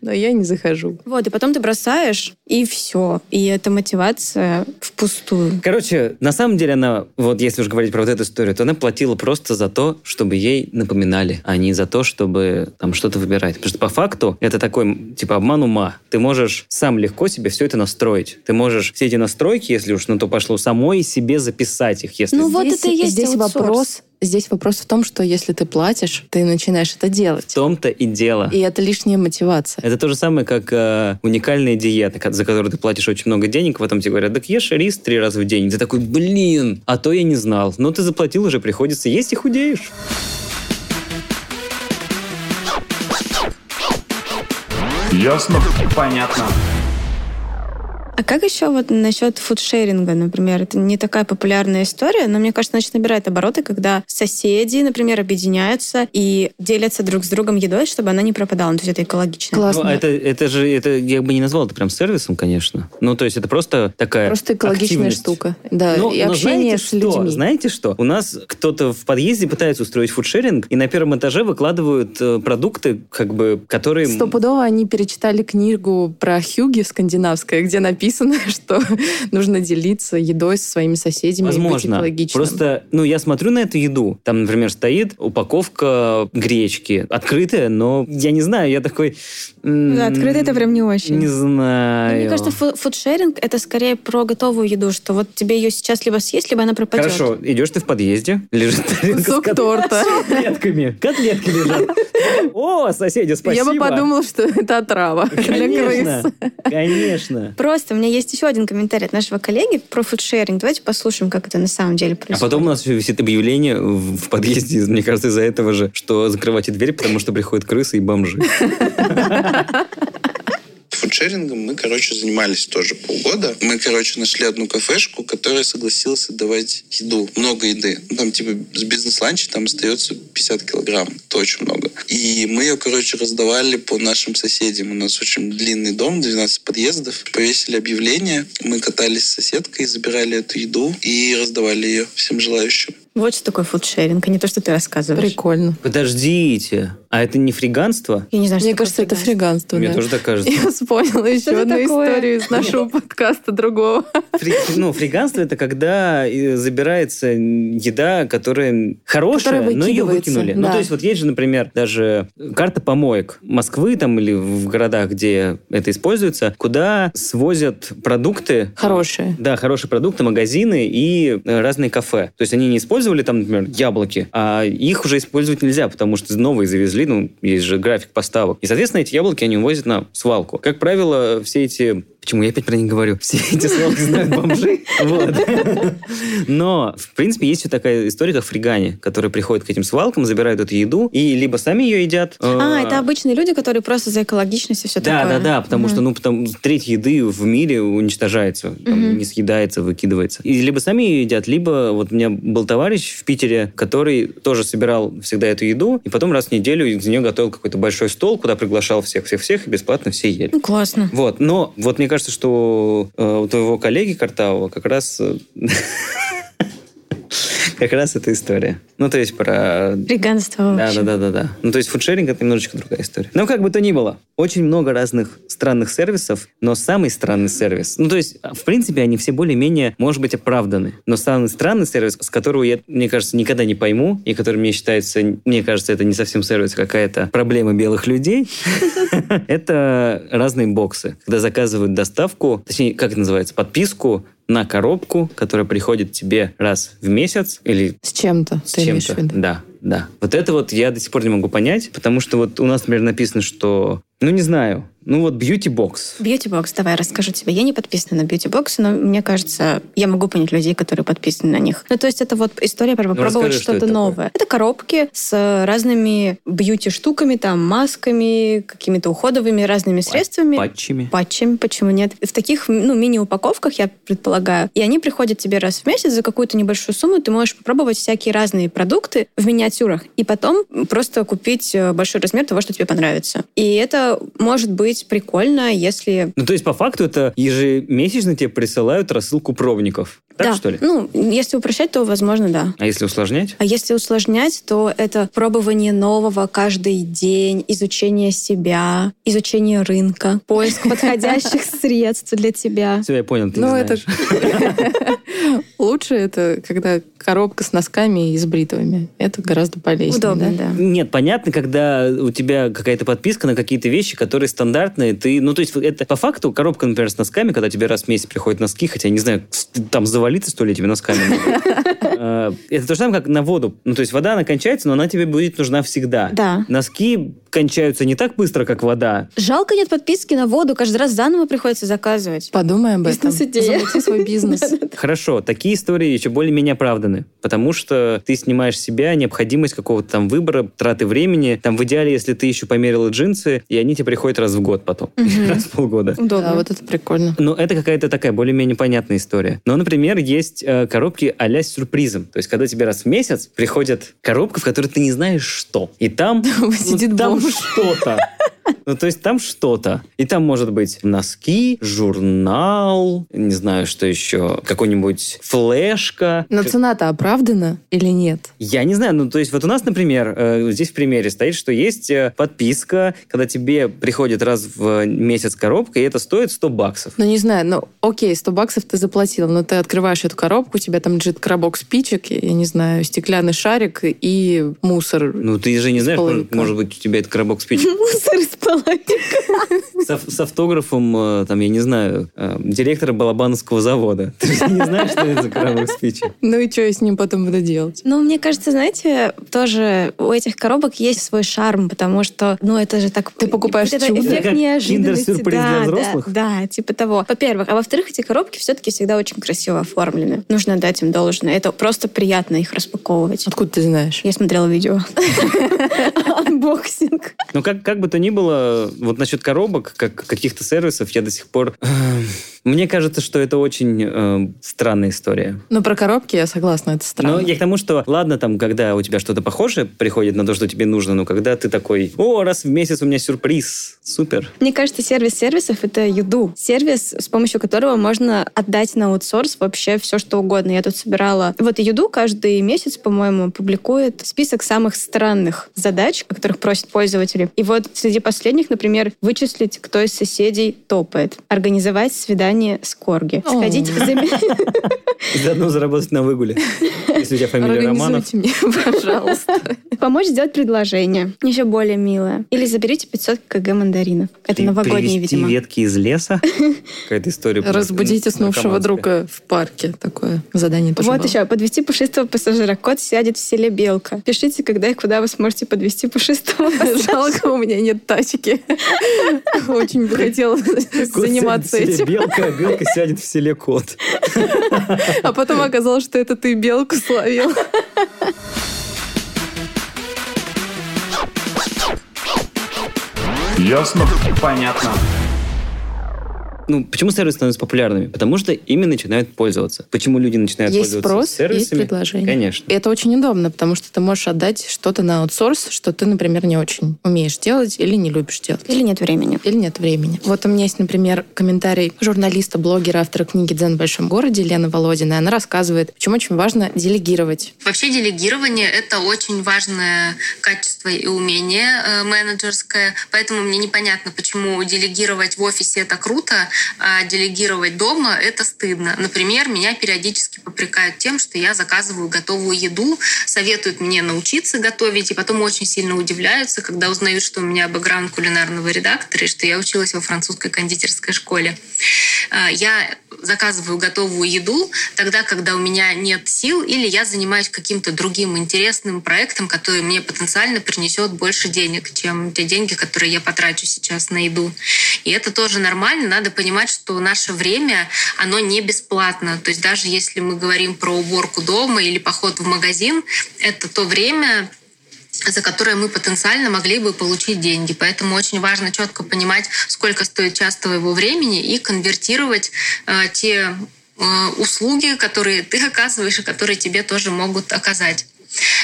Но я не захожу. Вот, и потом ты бросаешь, и все. И эта мотивация впустую. Короче, на самом деле она, вот если уж говорить про вот эту историю, то она платила просто за то, чтобы ей напоминали, а не за то, чтобы там что-то выбирать. Потому что по факту это такой, м, типа, обман ума. Ты можешь сам легко себе все это настроить. Ты можешь все эти настройки, если уж на то пошло, самой себе записать их, если... Ну, вот это и есть здесь аутсорс. вопрос. Здесь вопрос в том, что если ты платишь, ты начинаешь это В делать. том-то и дело. И это лишняя мотивация. Это то же самое, как э, уникальная диета, ко- за которую ты платишь очень много денег, а потом тебе говорят, так ешь рис три раза в день. И Ты такой, блин, а то я не знал. Но ты заплатил уже, приходится есть и худеешь. Ясно? Понятно. А как еще вот насчет фудшеринга, например? Это не такая популярная история, но мне кажется, значит, набирает обороты, когда соседи, например, объединяются и делятся друг с другом едой, чтобы она не пропадала. Ну, То есть это экологично. Классно. Ну, это, это же, это я бы не назвал это прям сервисом, конечно. Ну, то есть это просто такая Просто экологичная активность. штука. Да, Ну, и но общение знаете с что? людьми. Знаете что? У нас кто-то в подъезде пытается устроить фудшеринг, и на первом этаже выкладывают э, продукты, как бы, которые... м, Стопудово они перечитали книгу про Хюги скандинавская, где написано, <laughs> что нужно делиться едой со своими соседями и быть Возможно. экологичным. Просто, ну, я смотрю на эту еду. Там, например, стоит упаковка гречки. Открытая, но я не знаю, я такой... м, Да, открытая это прям не очень. Не знаю. Ну, Мне кажется, фу- фудшеринг это скорее про готовую еду, что вот тебе ее сейчас либо съесть, либо она пропадет. Хорошо, идешь ты в подъезде, лежит <laughs> тарелка с Кусок кот- торта. с котлетками. Котлетки <laughs> лежат. О, соседи, спасибо. Я бы подумала, что это отрава для крыс. Конечно, конечно. А Просто у меня есть еще один комментарий от нашего коллеги про фудшеринг. Давайте послушаем, как это на самом деле А происходит. потом у нас еще висит объявление в в подъезде, из- мне кажется, из-за этого же, что закрывайте дверь, потому что приходят крысы и бомжи. Фудшерингом мы, короче, занимались тоже полгода. Мы, <laughs> короче, нашли одну кафешку, которая согласилась отдавать еду. Много еды. Ну, там, типа, с бизнес-ланча там остается 50 килограмм. Это очень много. И мы ее, короче, раздавали по нашим соседям. У нас очень длинный дом, 12 подъездов. Повесили объявление. Мы катались с соседкой, забирали эту еду и раздавали ее всем желающим. Вот что такое фудшеринг, а не то, что ты рассказываешь. Прикольно. <laughs> Подождите, а это не фриганство? Я не знаю, Мне что такое кажется, это фриганс. фриганство. Мне да. <laughs> тоже так кажется. Я вспомнила еще это одну такое? историю из <laughs> нашего подкаста другого. Фри- Ну, фриганство это когда э, забирается еда, которая хорошая, Которая но ее выкидывается, выкинули. да. Ну, то есть вот есть же, например, даже карта помоек Москвы там или в городах, где это используется, куда свозят продукты. Хорошее. Да, хорошие продукты, магазины и э, разные кафе. То есть они не использовали там, например, яблоки, а их уже использовать нельзя, потому что новые завезли, ну, есть же график поставок. И, соответственно, эти яблоки они увозят на свалку. Как правило, все эти... Почему я опять про них говорю? Все эти свалки знают бомжи. Вот. Но, в принципе, есть еще такая история, как фригане, которые приходят к этим свалкам, забирают эту еду и либо сами ее едят... э, А, это обычные люди, которые просто за экологичность и все да, такое. да, да, потому что, ну, потому треть еды в мире уничтожается, там, Мгм. не съедается, выкидывается. И либо сами ее едят, либо вот у меня был товарищ в Питере, который тоже собирал всегда эту еду, и потом раз в неделю из нее готовил какой-то большой стол, куда приглашал всех-всех-всех, и бесплатно все ели. Ну, классно. Вот, но вот мне кажется, что э, у твоего коллеги Картавого как раз... э, <laughs> Как раз эта история. Ну, то есть про Фриганство да, вообще. да, да, да, да. Ну, то есть фудшеринг это немножечко другая история. Но как бы то ни было, очень много разных странных сервисов, но самый странный сервис. Ну, то есть, в принципе, они все более-менее, может быть, оправданы. Но самый странный сервис, с которого я, мне кажется, никогда не пойму, и который мне считается, мне кажется, это не совсем сервис, а какая-то проблема белых людей, <laughs> это разные боксы, когда заказывают доставку, точнее, как это называется, подписку на коробку, которая приходит тебе раз в месяц или С чем-то. с ты имеешь в чем-то. виду. Да, да. Вот это вот я до сих пор не могу понять, потому что вот у нас, например, написано, что... Ну, не знаю. Ну, вот бьюти-бокс. Бьюти-бокс, давай расскажу тебе. Я не подписана на бьюти-боксы, но мне кажется, я могу понять людей, которые подписаны на них. Ну, то есть это вот история про попробовать расскажи, что что-то это такое. новое. Это коробки с э, разными бьюти-штуками, там, масками, какими-то уходовыми разными средствами. Патчами. Патчами, почему нет? В таких, ну, мини-упаковках, я предполагаю. И они приходят тебе раз в месяц за какую-то небольшую сумму. Ты можешь попробовать всякие разные продукты в миниатюрах. И потом просто купить э, большой размер того, что тебе понравится. И это может быть прикольно, если... Ну, то есть, по факту, это ежемесячно тебе присылают рассылку пробников. Так, да. что ли? Ну, если упрощать, то, возможно, да. А если усложнять? А если усложнять, то это пробование нового каждый день, изучение себя, изучение рынка, <laughs> поиск подходящих средств для тебя. Все, я понял, ты Ну, не это знаешь. лучше это, когда коробка с носками и с бритвами. Это гораздо полезнее. Удобно, да. Нет, понятно, когда у тебя какая-то подписка на какие-то вещи, которые стандартные, ты, ну, то есть это по факту коробка, например, с носками, когда тебе раз в месяц приходят носки, хотя, не знаю, там завалиться, что ли, этими носками. А, Э, Это то же самое, как на воду. Ну, то есть вода, она кончается, но она тебе будет нужна всегда. Да. Носки кончаются не так быстро, как вода. Жалко нет подписки на воду, каждый раз заново приходится заказывать. Подумай об этом. Бизнес-идея. Замути <laughs> свой бизнес. Хорошо, такие истории еще более-менее оправданы, потому что ты снимаешь с себя необходимость какого-то там выбора, траты времени. Там в идеале, если ты еще померила джинсы, и они тебе приходят раз в год потом, <laughs> Мгм. раз в полгода. Удобно. Да, вот это прикольно. Ну, это какая-то такая более-менее понятная история. Но, например, есть э, коробки а-ля с сюрпризом. То есть, когда тебе раз в месяц приходит коробка, в которой ты не знаешь что. И там... ну, Сидит там бомж. что-то. Ну, то есть там что-то. И там может быть носки, журнал, не знаю, что еще, какой-нибудь флешка. Но цена-то оправдана или нет? Я не знаю, ну то есть вот у нас, например, э, здесь в примере стоит, что есть э, подписка, когда тебе приходит раз в месяц коробка, и это стоит 100 баксов. Ну, не знаю, ну, окей, 100 баксов ты заплатил, но ты открываешь эту коробку, у тебя там лежит коробок спичек, я не знаю, стеклянный шарик и мусор. Ну ты же не знаешь, может, половинка. может быть, у тебя это коробок спичек. Мусор из половины. С, ав- с автографом, э, там, я не знаю, э, директора Балабановского завода. <laughs> Ты же не знаешь, что это за коробок спичек. Ну и что я с ним потом буду делать? Ну, мне кажется, знаете, тоже у этих коробок есть свой шарм, потому что, ну, это же так... Ты покупаешь вот это чудо. Это эффект как неожиданности. киндер-сюрприз да, для да, взрослых? Да, типа того. Во-первых. А во-вторых, эти коробки все-таки всегда очень красиво оформлены. Нужно дать им должное. Это просто приятно их распаковывать. Откуда ты знаешь? Я смотрела видео. <laughs> Анбоксинг. Ну, как, как бы то ни было, вот насчет коробок, как каких-то сервисов, я до сих пор... э, Мне кажется, что это очень э, странная история. Ну, про коробки я согласна, это Но странно. я к тому, что ладно, там, когда у тебя что-то похожее приходит на то, что тебе нужно, но когда ты такой, о, раз в месяц у меня сюрприз, супер. Мне кажется, сервис сервисов — это еду. Сервис, с помощью которого можно отдать на аутсорс вообще все, что угодно. Я тут собирала... Вот еду каждый месяц, по-моему, публикует список самых странных задач, о которых просят пользователи. И вот среди последних, например, вычислить, кто из соседей топает, организовать свидание с Корги, О. сходить за... ми- И заодно заработать на выгуле. Если у тебя фамилия Романов. Организуйте мне, <laughs> <laughs> пожалуйста. <laughs> помочь сделать предложение, еще более милое. Или заберите 500 кг мандаринов. Это При- новогодние, привезти видимо. ветки из леса. Какая-то история. про- Разбудите уснувшего наркоманская. друга в парке. Такое задание тоже Вот <laughs> было. еще, подвести пушистого пассажира. Кот сядет в селе Белка. Пишите, когда и куда вы сможете подвести пушистого пассажира. Жалко, у меня нет тачки. <laughs> Очень бы хотела Кот заниматься сядет в селе этим. Белка, а белка сядет в селе кот. А потом оказалось, что это ты белку словил. Ясно? Понятно. Ну, почему сервисы становятся популярными? Потому что ими начинают пользоваться. Почему люди начинают Есть пользоваться спрос, есть сервисами? предложение. Конечно. И это очень удобно, потому что ты можешь отдать что-то на аутсорс, что ты, например, не очень умеешь делать или не любишь делать. <laughs> Или нет времени. Или нет времени. Вот у меня есть, например, комментарий журналиста, блогера, автора книги «Дзен в большом городе» Лены Володиной. Она рассказывает, почему очень важно делегировать. Вообще делегирование – это очень важное качество и умение э, менеджерское, поэтому мне непонятно, почему делегировать в офисе – это круто, а делегировать дома – это стыдно. Например, меня периодически попрекают тем, что я заказываю готовую еду, советуют мне научиться готовить, и потом очень сильно удивляются, когда узнают, что у меня бэкграунд кулинарного редактора и что я училась во французской кондитерской школе. А, Я заказываю готовую еду тогда, когда у меня нет сил, или я занимаюсь каким-то другим интересным проектом, который мне потенциально принесет больше денег, чем те деньги, которые я потрачу сейчас на еду. И это тоже нормально. Надо понимать, что наше время, оно не бесплатно. То есть даже если мы говорим про уборку дома или поход в магазин, это то время, за которые мы потенциально могли бы получить деньги. Поэтому очень важно четко понимать, сколько стоит час твоего времени и конвертировать э, те э, услуги, которые ты <laughs> оказываешь и которые тебе тоже могут оказать.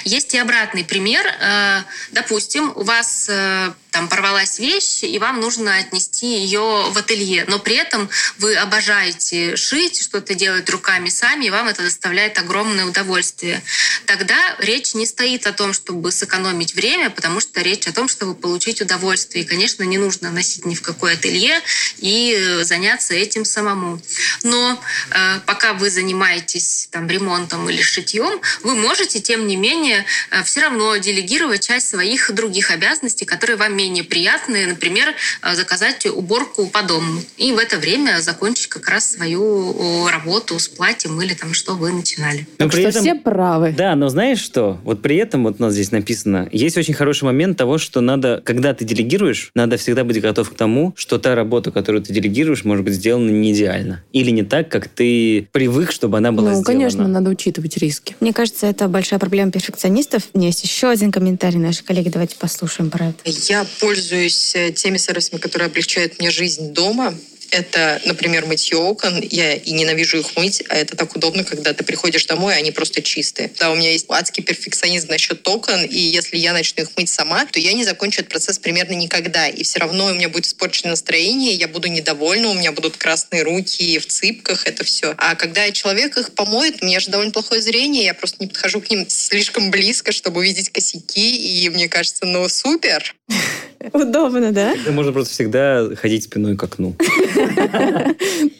Есть и обратный пример. Э, Допустим, у вас э, там порвалась вещь, и вам нужно отнести ее в ателье, но при этом вы обожаете шить, что-то делать руками сами, и вам это доставляет огромное удовольствие. Тогда речь не стоит о том, чтобы сэкономить время, потому что речь о том, чтобы получить удовольствие. И, конечно, не нужно носить ни в какое ателье и э, заняться этим самому. Но э, пока вы занимаетесь там, ремонтом или шитьем, вы можете, тем не менее, все равно делегировать часть своих других обязанностей, которые вам менее приятны, например, э, заказать уборку по дому. И в это время закончить как раз свою о, работу с платьем или там, что вы начинали. Но Так при что этом- все правы. Да, но знаешь что? Вот при этом вот у нас здесь написано, есть очень хороший момент того, что надо, когда ты делегируешь, надо всегда быть готов к тому, что та работа, которую ты делегируешь, может быть сделана не идеально. Или не так, как ты привык, чтобы она была ну, сделана. конечно, надо учитывать риски. <laughs> Мне кажется, это большая проблема перфекционистов. У меня есть еще один комментарий наши коллеги. Давайте послушаем про это. Я пользуюсь э, теми сервисами, которые облегчают мне жизнь дома. Это, например, мытье окон. Я и ненавижу их мыть, а это так удобно, когда ты приходишь домой, и они просто чистые. Да, у меня есть адский перфекционизм насчет окон, и если я начну их мыть сама, то я не закончу этот процесс примерно никогда. И все равно у меня будет испорчено настроение, я буду недовольна, у меня будут красные руки в цыпках, это все. А когда человек их помоет, у меня же довольно плохое зрение, я просто не подхожу к ним слишком близко, чтобы увидеть косяки, и мне кажется, ну супер. Удобно, да? Тогда Можно просто всегда ходить спиной к окну.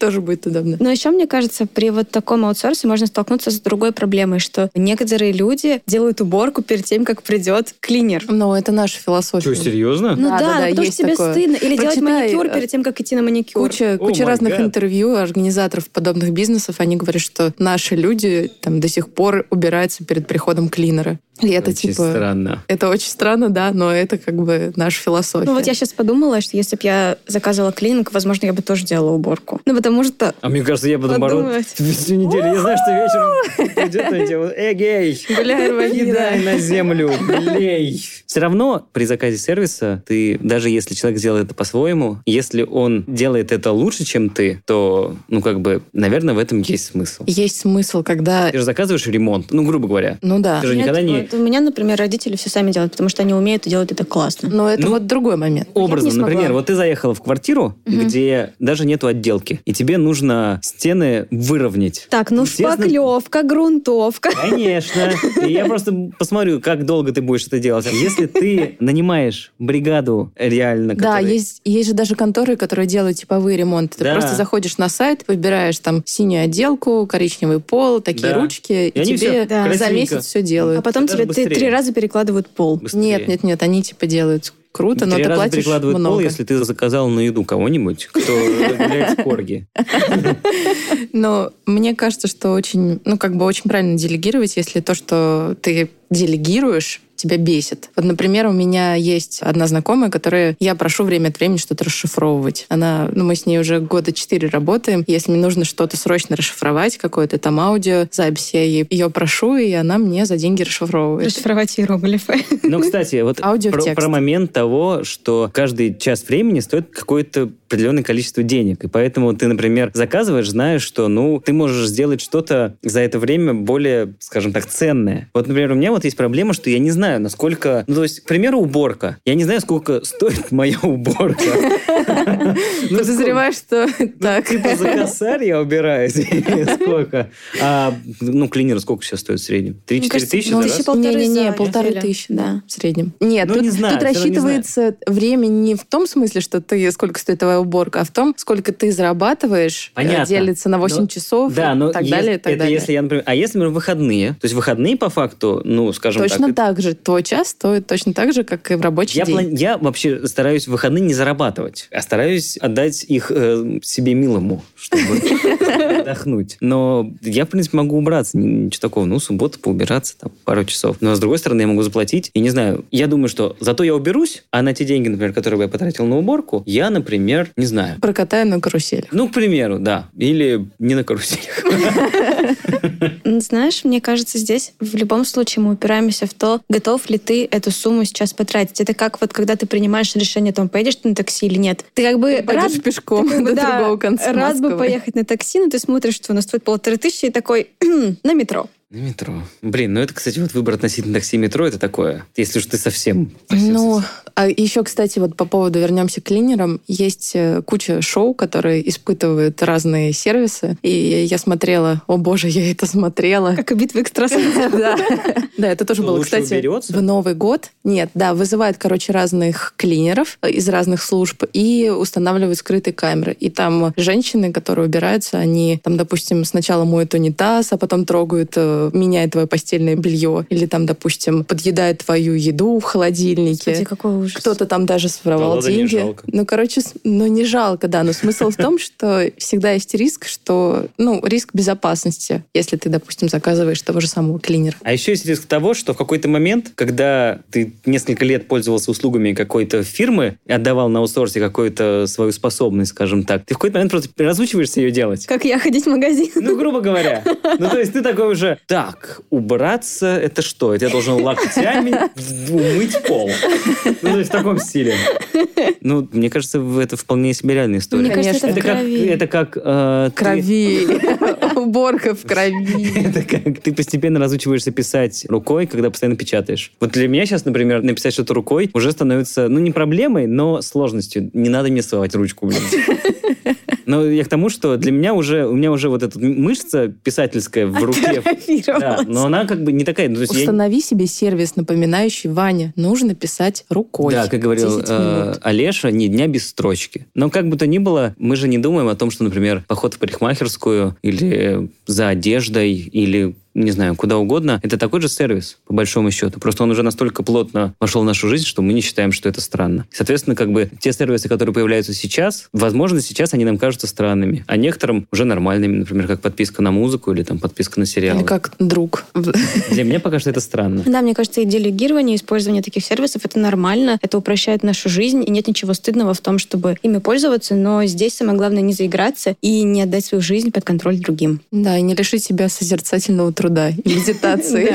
Тоже будет удобно. Но еще, мне кажется, при вот таком аутсорсе можно столкнуться с другой проблемой, что некоторые люди делают уборку перед тем, как придет клинер. Но это наша философия. Что, серьезно? Ну да, Да, да, да, потому есть что тебе такое. стыдно. Или делать Прочитай, маникюр э, перед тем, как идти на маникюр. Куча, О куча май разных гад. интервью организаторов подобных бизнесов, они говорят, что наши люди там до сих пор убираются перед приходом клинера. И это Очень типа... странно. Это очень странно, да, но это как бы наша философия. Ну вот я сейчас подумала, что если бы я заказывала клининг, возможно, я бы тоже делала уборку. Ну потому что... А мне кажется, я бы наоборот Подумать. всю неделю. Я знаю, что вечером придет на тебя. вот, Эгей! Гуляй, рвани, Кидай на землю, блей. Все равно при заказе сервиса ты, даже если человек сделает это по-своему, если он делает это лучше, чем ты, то, ну, как бы, наверное, в этом есть смысл. Есть смысл, когда... Ты же заказываешь ремонт, ну, грубо говоря. Ну да. Ты же Нет, никогда не... вот у меня, например, родители все сами делают, потому что они умеют и делают это классно. Но это Ну, вот другой момент. не Образно, смогла. например, вот ты заехала в квартиру, где даже нету отделки, и тебе нужно стены выровнять. Так, ну Естественно- шпаклевка, грунтовка. Конечно. И я просто посмотрю, как долго ты будешь это делать. Если ты нанимаешь бригаду реально, Да, которая- есть, есть же даже конторы, которые делают типовые ремонты. Ты Да. просто заходишь на сайт, выбираешь там синюю отделку, коричневый пол, такие Да. ручки, и, они всё тебе за красивенько. месяц все делают. А потом Это тебе даже ты быстрее. три раза перекладывают пол. Быстрее. Нет, нет, нет, они типа делают круто, но Три ты раза платишь перекладывают много. пол, если ты заказал на еду кого-нибудь, кто является корги. Но мне кажется, что очень, ну, как бы очень правильно делегировать, если то, что ты делегируешь, тебя бесит. Вот, например, у меня есть одна знакомая, которая я прошу время от времени что-то расшифровывать. Она, ну, мы с ней уже года четыре работаем. Если мне нужно что-то срочно расшифровать, какое-то там аудио, запись, я ей- ее прошу, и она мне за деньги расшифровывает. Расшифровать иероглифы. Но, Ну, кстати, вот про, Аудиотекст. про момент того, что каждый час времени стоит какое-то определенное количество денег. И поэтому ты, например, заказываешь, знаешь, что, ну, ты можешь сделать что-то за это время более, скажем так, ценное. Вот, например, у меня вот есть проблема, что я не знаю, насколько... Ну, то есть, к примеру, уборка. Я не знаю, сколько стоит моя уборка. Ну, Подозреваю, что так. Типа за косарь я убираюсь. <laughs> Сколько? А, ну, клинер сколько сейчас стоит в среднем? 3-4 кажется, тысячи ну, за тысячи раз? полторы Не-не-не, за полторы неделю. тысячи, Да. да, в среднем. Нет, Ну, тут, не знаю, всё тут равно не рассчитывается время не в том смысле, что ты, сколько стоит твоя уборка, а в том, сколько ты зарабатываешь, э, Понятно. делится на 8 Но- часов, Да, но и так ес- далее, и так это далее. если я, например, а если, например, выходные, то есть выходные по факту, ну, скажем Точно так, так же. Твой час стоит точно так же, как и в рабочий я, день. плани- я вообще стараюсь в выходные не зарабатывать, а стараюсь отдать их э, себе милому, чтобы отдохнуть. Но я, в принципе, могу убраться, ни- ничего такого. Ну, суббота поубираться, там, пару часов. Но, с другой стороны, я могу заплатить, и не знаю, я думаю, что зато я уберусь, а на те деньги, например, которые бы я потратил на уборку, я, например, не знаю. Прокатаю на каруселях. Ну, к примеру, да. Или не на каруселях. Ну, Знаешь, мне кажется, здесь в любом случае мы упираемся в то, готов ли ты эту сумму сейчас потратить. Это как вот когда ты принимаешь решение, там, поедешь ты на такси или нет. Ты как бы рад, Пойдешь пешком ты как бы, <laughs> до да, другого конца рад бы Москвы. поехать на такси, но ты смотришь, что у нас стоит полторы тысячи, и такой, <clears throat> на метро. На метро. Блин, ну это, кстати, вот выбор относительно такси и метро, это такое. Если уж ты совсем... совсем- Ну, совсем. а еще, кстати, вот по поводу вернемся к клинерам, есть э, куча шоу, которые испытывают разные сервисы, и я смотрела, о боже, я это смотрела. Как и битва <laughs> экстрасенсов. Да. да, это тоже Кто было, лучше кстати, уберется? в Новый год. Нет, да, вызывают, короче, разных клинеров э, из разных служб и устанавливают скрытые камеры. И там женщины, которые убираются, они там, допустим, сначала моют унитаз, а потом трогают э, э, меняет твое постельное белье или там, допустим, подъедает твою еду в холодильнике. Господи, какой ужас. Кто-то там даже своровал Да ладно, не деньги. жалко. Ну, короче, с- ну не жалко, да. Но смысл в том, что всегда есть риск, что, ну, риск безопасности, если ты, допустим, заказываешь того же самого клинера. А еще есть риск того, что в какой-то момент, когда ты несколько лет пользовался услугами какой-то фирмы и отдавал на аутсорсе какую-то свою способность, скажем так, ты в какой-то момент просто разучиваешься ее делать. Как я ходить в магазин? Ну, грубо говоря. Ну, то есть ты такой уже, так, убраться, это что? Это я должен локтями умыть пол. Ну, то есть в таком стиле. Ну, мне кажется, в- это вполне себе реальная Мне история. кажется, Конечно. это в Это как, крови. это как... э, ты- Крови. <laughs> Уборка в <laughs> крови. Это как ты постепенно разучиваешься писать рукой, когда постоянно печатаешь. Вот для меня сейчас, например, написать что-то рукой уже становится, ну, не проблемой, но сложностью. Не надо мне совать ручку, <laughs> блин. Но я к тому, что для меня уже, у меня уже вот эта мышца писательская А в руке. Да, Атрофировалась. но она как бы не такая. Ну, то есть я- Установи себе сервис, напоминающий Ваня. Нужно писать рукой. Да, как говорил 10 э, минут. Олеша, ни дня без строчки. Но как бы то ни было, мы же не думаем о том, что, например, поход в парикмахерскую или за одеждой, или не знаю, куда угодно, это такой же сервис, по большому счету. Просто он уже настолько плотно вошел в нашу жизнь, что мы не считаем, что это странно. Соответственно, как бы те сервисы, которые появляются сейчас, возможно, сейчас они нам кажутся странными, а некоторым уже нормальными, например, как подписка на музыку или там подписка на сериалы. Или как друг. Для меня пока что это странно. Да, мне кажется, и делегирование, и использование таких сервисов это нормально, это упрощает нашу жизнь, и нет ничего стыдного в том, чтобы ими пользоваться, но здесь самое главное не заиграться и не отдать свою жизнь под контроль другим. Да, и не лишить себя созерцательного труда и медитации.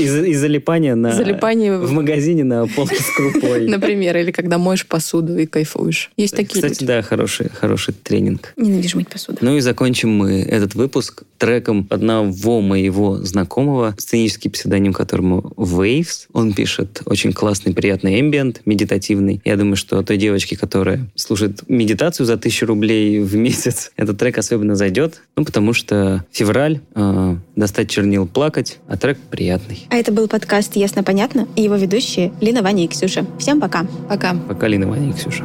Из- Из залипания на... Залипание В магазине на полке с <laughs> крупой. Например, или когда моешь посуду и кайфуешь. Есть такие Кстати, люди. да, хороший, хороший тренинг. Ненавижу мыть посуду. Ну и закончим мы этот выпуск треком одного моего знакомого, сценический псевдоним которому Waves. Он пишет очень классный, приятный эмбиент, медитативный. Я думаю, что той девочке, которая слушает медитацию за тысячу рублей в месяц, <laughs> этот трек особенно зайдет. Ну, потому что февраль, э, достать чернил, плакать, а трек приятный. А это был подкаст «Ясно, понятно» и его ведущие Лина, Ваня и Ксюша. Всем пока! Пока. Пока, Лина, Ваня и Ксюша.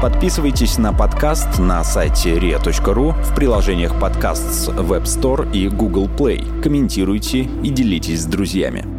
Подписывайтесь на подкаст на сайте ria.ru в приложениях подкаст с Web Store и Google Play. Комментируйте и делитесь с друзьями.